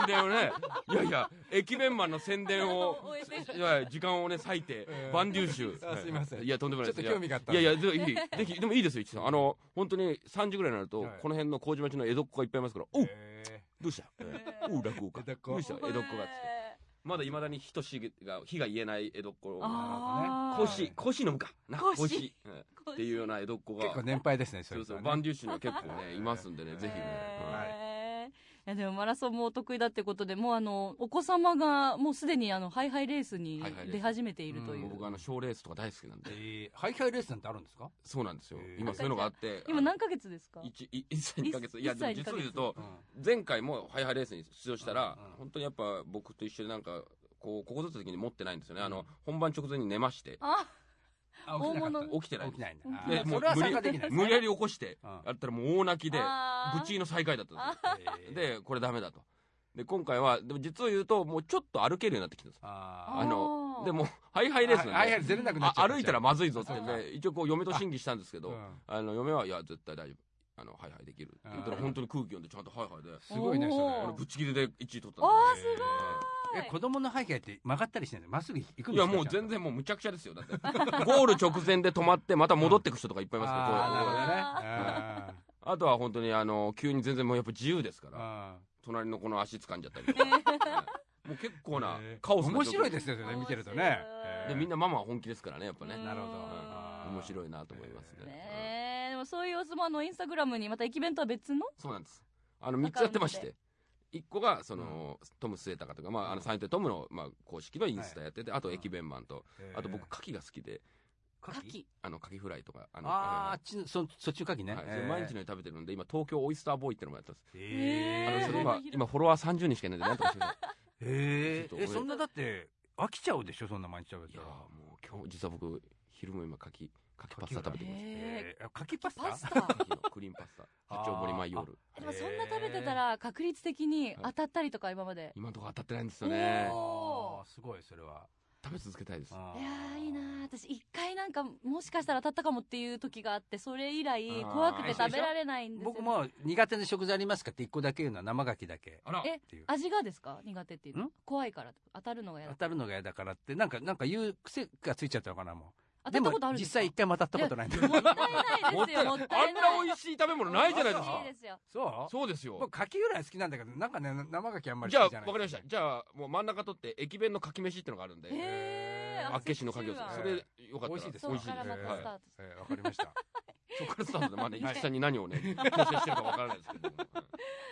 D: 伝をねいやいや駅弁マンの宣伝を
C: 終えて
D: いやいや時間をね割いて
B: えー
D: 万流酒
B: あすいません
D: いやとんでもないです
B: ちょっと興味があったん
D: い
B: で
D: やいやでいいできでもいいですよ一さんあの本当に3時ぐらいになると、
B: はい
D: この辺の麹町の江戸っ子がいっぱいいますから「おう
B: へえ
D: どうした、え ー、おう落語家
B: 江戸っ子
D: どうした江戸っ子が」っつって
C: へ
D: まだいまだにひとしが火が言えない江戸っ子
C: ー
D: を
C: あー
D: コーシー、コーシー飲むか。な
C: コーシー
D: うんっていうような江戸っ子が。
B: 結構年配ですねそ
D: そう
B: れ
D: そ
B: と
D: う、
B: はね
D: 万竜種には結構ね、いますんでね、ぜひね。
C: へーやでもマラソンもお得意だってことでもうあのお子様がもうすでにあのハイハイレースに
D: ハイハイレース
C: 出始めているとい
D: も
C: う
D: う僕あの賞レースとか大好きなんで
B: えー、ハイハイレースなんてあるんですか、
D: そうなんですよ
B: へえ
D: 今そういうのがあっ て
C: 今何ヶ月ですか
D: 一い一歳二ヶ月いや
C: 一
D: でも
C: 歳二
D: 実
C: ヶ
D: を
C: 月
D: 言うと
B: うん
D: 前回もハイハイレースに出場した
B: う
D: ら
B: んうん
D: 本当にやっぱ僕と一緒でなんかこうここぞという時に持ってないんですよねあ
B: う
D: の
B: ん
D: 本番直前に寝まして
C: あ
B: あ起きてなかった
C: 大物
D: 起きてない
B: 起きないんだ
C: 本
B: あ
C: 当
B: ー
C: だ
D: でも
B: そうれは
D: 無
B: 参
D: 理
B: 加できない
D: 無理やり起こして
B: うん
D: やったらもう大泣きで
C: あー
D: ブチの最下位だったんです
B: えー
D: よでこれダメだとで今回はでも実を言うともうちょっと歩けるようになってきたんです
B: あ
D: あ
C: あ
D: の
C: ー
D: でもハイハイレース
B: あ
D: な
B: ハ
D: ん
B: イハイ
D: で
B: 出れなくなっちゃ
D: あ
B: う
D: 歩いたらまずいぞっ
C: そ
D: てん
C: うか
D: で一応こう嫁と審議したんですけ
B: う
D: ど
B: ん
D: あの嫁は「いや絶対大丈夫あのハイハイできる」って言ったら
B: うん
D: 本当に空気読んでちゃんとハイハイです
B: ごいねそ
C: お
B: れ
C: ー
D: あのぶっちぎりで1位取ったんで
C: あーす
B: え子供の背景って曲がったりしないのまっすぐ行くん
D: い
B: ですか
D: やもう
B: ちゃん
D: 全
B: と
D: 然もうむちゃくちゃですよだって ゴール直前で止まってまた戻ってく人とかいっぱいいますけどこう
B: あーなるほど
D: あ
B: ね
D: とは本当にあの急に全然もうやっぱ自由ですか
B: うん
D: ら
B: うん
D: 隣の子の足掴んじゃった りとか、はいもう結構な
B: えー
D: カオスな状況
B: 面白いですよね見てるとね
C: 面白い
D: でみんなママは本気ですからねやっぱね
C: う、ん
B: なるほど
C: うん
D: うん面白いなと思いますね,うん、
C: ねえでもそういう様子もあのインスタグラムにまた駅弁とは別の
D: そうなんですあの3つやってまして1個がその、トム末高とか、まあ、あのサイントトムの、まあ、公式のインスタやってて、あと駅弁マンと、あと僕牡蠣が好きで
B: カキ
D: あの牡蠣フライとかあの
B: あーあっちのそそっちのカキね
D: はい、そ
B: え
D: れ
B: ー
D: 毎日のように食べてるんで今東京オイスターボーイってのもやってます、
C: えー
D: あのそれ
C: え
D: 今
C: ー
D: 今フォロワー30人しかいないんでなんとかしてくださ
B: え
D: ちょっ
B: え
D: と俺
B: そんなだって飽きちゃうでしょそんな毎日食べ
D: いい
B: た
D: やー
B: ら
D: もう今日実は僕昼も今牡蠣牡蠣パスタ食べてます
C: え
B: えーカキパスタ
C: パスタ
D: 牡蠣のクリーンパスタ八丁堀マイヨール
C: でもそんな食べてたら確率的に当たったりとか今まで
D: 今のところ当たってないんですよね
C: お
B: あーすごいそれは
D: 食べ続けたいです
B: あ
C: い
B: ー
C: やーいいなー私一回なんかもしかしたら当たったかもっていう時があってそれ以来
D: あー
C: 怖くて食べられないんですよ
B: 僕も苦手な食材ありますかって一個だけ言うのは生牡蠣だけ
D: あら
C: え
B: っていう
C: 味がですか苦手っていうの
B: ん
C: 怖いから当たるのが嫌
B: 当
C: だ
B: たるのが嫌だからってなんかなんか言う癖がついちゃったのかなも
C: 当
B: う
C: た
B: で
C: った
B: も
C: ことあるんで
B: 実
C: すか
B: 際一回も当たったことないんだ
C: もったいないですよも
D: あ
C: っ
D: んな
C: たいない
D: 美味しい食べ物ないじゃないです
C: 美
D: か
C: 味しいですよ
B: そう
D: そうですよ
B: 僕柿ぐらい好きなんだけどなんかね生牡蠣あんまり
D: じゃ
B: 好
D: あ
B: きじ
D: わ
B: ゃ
D: か
B: ない
D: りましたじゃあもう真ん中取って駅弁の牡蠣飯ってのがあるんで
C: へー
D: 厚岸の牡蠣を
C: そ
D: そ
C: っ
D: れよかったら
B: 美味しいです
C: そ
D: 美
C: っ
D: 味しい
C: か
D: で
C: ら
D: す
C: また
D: は
C: ス
D: い
C: タート
B: えーわかりました
D: そこからスタートで、まあ
B: は
D: ね、
B: い
D: ゆきさんに何をね、構成してるかわからないですけども。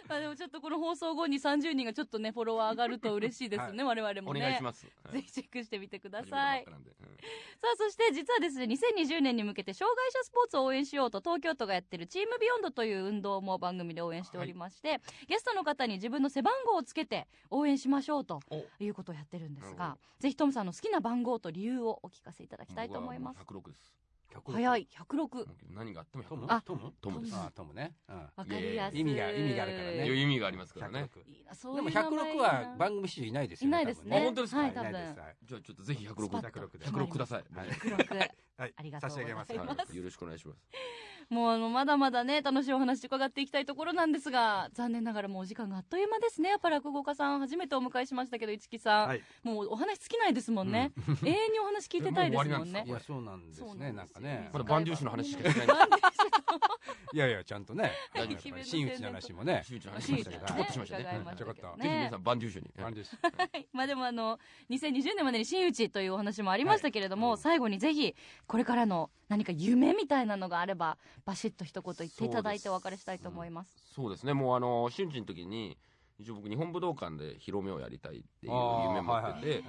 C: まあでもちょっとこの放送後に30人がちょっとねフォロワー上がると嬉しいですね我々
D: お
C: もね
D: 願いします。は
C: ぜ
D: い
C: ひチェックしてみてください
D: 初めてばっかなんでうん
C: さあ、そして実はですね、2020年に向けて障害者スポーツを応援しようと東京都がやってるチームビヨンドという運動も番組で応援しておりまして、ゲストの方に自分の背番号をつけて応援しましょうと
D: お
C: いうことをやってるんです
D: なる
C: が、ぜひトムさんの好きな番号と理由をお聞かせいただきたいと思います。
D: 僕はもう106です。
C: 早い、106
D: も。う何があっても
B: トム
D: 106。
C: あ
B: トム
D: トムです
B: あトムね、う
C: わかりやすい。
B: 意味が意味があるから
D: い
B: ね
D: う
C: い
D: 意味がありますから
B: ん、
D: ね。
B: 106
C: いな、そうい
B: で
C: う
B: も
C: 名前
B: 106
C: いい
B: は
C: な
B: 番組史上いないですよ
C: い
B: ね
C: ないですね。
D: あ本当ですか
C: はい、
B: 多
C: 多
B: 分ねい
C: 分。
B: ないですはい
D: じゃあちょっとぜひ
C: スパッ
D: 106
C: と
B: 106で
D: 106ください。
C: 106。
B: はい
C: ありがとうございます
B: 差し上げます
D: はいよろしくお願いします。
C: もうあの、まだまだね、楽しいお話伺っていきたいところなんですが、残念ながらもうお時間があっという間ですね。やっぱ落語家さん、初めてお迎えしましたけど、市木さん。
B: はい
C: もうお話尽きないですもんね。永遠にお話聞いてたいです もんね
D: え
B: い。やそうなんですねなんかね
D: これ万竜種の話しかしてないんで
C: 万竜
B: いやいやちゃんとね
D: 大丈夫
B: や
D: で
B: っ
D: す
B: ぱり真打ちの話もね
D: 真打ちの
C: 種
D: 話
C: の
D: しましたけど、ちょこっとしましたね。
C: 伺い
D: は
C: まし
D: いぜ
C: たけど
D: ひ皆
C: ね
D: さ。ん、万竜種に。
B: あれです
C: はいまあでもあの、2020年までに真打ちというお話もありましたけれども、最後にぜひ、これからの何か夢みたいなのがあれば、バシッと一言言っていただいてお別れしたいと思います。
D: そうですね、もうあの、瞬時の時に、一応僕、日本武道館で広めをやりたいっていう夢もあってて、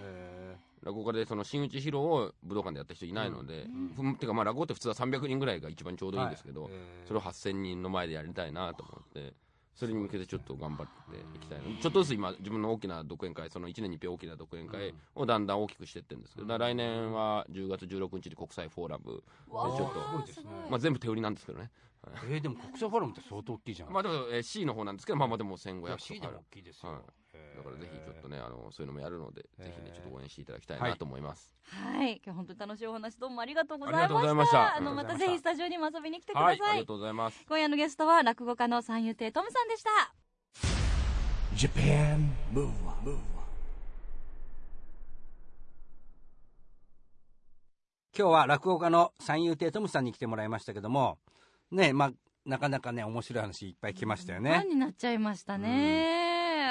D: 落語家でその新内披露を武道館でやった人いないので、ふんてかまあ落語って普通は300人ぐらいが一番ちょうどいいんですけど、それを8000人の前でやりたいなと思ってそれに向けてちょっと頑張っていきたいなちょっとずつ今自分の大きな独演会その1年に1回大きな独演会をだんだん大きくしていってるんですけど、だから来年は10月16日に国際フォーラム、
C: わー
D: ちょっと
C: すごいですね
D: まあ、全部手売りなんですけどね、
B: えーでも国際フォーラムって相当大きいじゃん
D: まあ、でもえー C の方なんですけどまあまあでも1500
B: いや C
D: と
B: で
D: かあ
B: も
D: る
B: 大きいですよ
D: はいだからぜひちょっとねあのそういうのもやるのでぜひねちょっと応援していただきたいなと思います、
C: はい、今日本当に楽しいお話どうもありがとうござい
D: あり
C: ま
D: がとうござ
C: し。
D: いましたた
C: あの
B: あ
C: ま
B: りがとう
C: た
B: ございました
C: ぜひスタジオにも遊びに来てくださ。
D: はいいありがとうございます
C: 今夜のゲストは落語家の三遊亭トムさんでした。
A: Japan Move Up,
B: 今日は落語家の三遊亭トムさんに来てもらいましたけどもねまあなかなかね面白い話いっぱい来ましたよ
C: ファ
B: ね
C: ンになっちゃいましたね。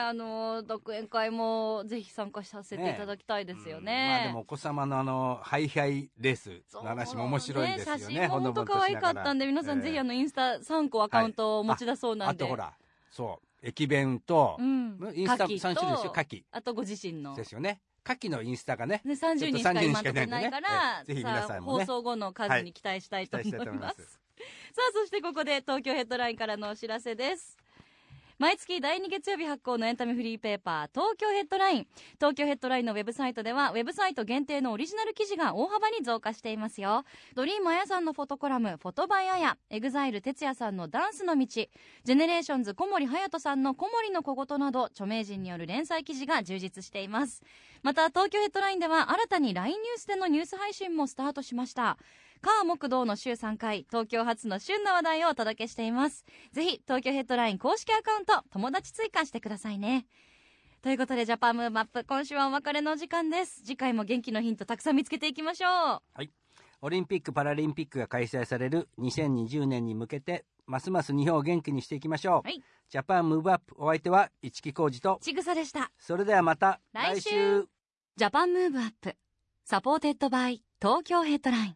C: あの独演会もぜひ参加させていただきたいですよ
B: うんまあで
C: ね。
B: もお子様のあのハイハイレースの話も面白いですよね
C: そう写真も
B: ほ
C: 本
B: のぼ
C: 当
B: りとし
C: 可愛
B: な
C: か
B: がら
C: ったんで、皆さんぜひあのインスタ3個アカウントをお持ち出そうな
B: あ
C: んで。
B: とほらそう駅弁と
C: う、ん
B: インスタ
C: 牡蠣
B: 3種類ですよ、
C: と
B: 牡蠣
C: あとご自身の
B: ですよね。牡蠣のインスタがね、
C: ね、30人
B: ちょっ
C: しか
B: と30
C: 今のとこ
B: しかいな
C: ろない
B: んでね
C: いから、
B: ええぜひ皆さんも
C: あ
B: ね
C: 放送後の数に期待したいと思います。
B: はい期待したいと思います
C: さあ、そしてここで東京ヘッドラインからのお知らせです。毎月第2月曜日発行のエンタメフリーペーパー、東京ヘッドライン。東京ヘッドラインのウェブサイトでは、ウェブサイト限定のオリジナル記事が大幅に増加していますよ。ドリームあやさんのフォトコラム、フォトバイあや、エグザイル哲也さんのダンスの道、ジェネレーションズ小森隼人さんの小森の小言など、著名人による連載記事が充実しています。また、東京ヘッドラインでは、新たに LINE ニュースでのニュース配信もスタートしました。カー木道の週3回、東京発の旬な話題をお届けしています。ぜひ、東京ヘッドライン公式アカウント、友達追加してくださいね。ということで、ジャパンムーブアップ、今週はお別れのお時間です。次回も元気のヒントたくさん見つけていきましょう。
B: オリンピック・パラリンピックが開催される2020年に向けて、ますます日本を元気にしていきましょう。
C: はい
B: ジャパンムーブアップお相手は市木浩二と、
C: ちぐさでした。
B: それではまた
C: 来週
B: 来週
E: ジャパンムーブアップサポーテッドバイ東京ヘッドライン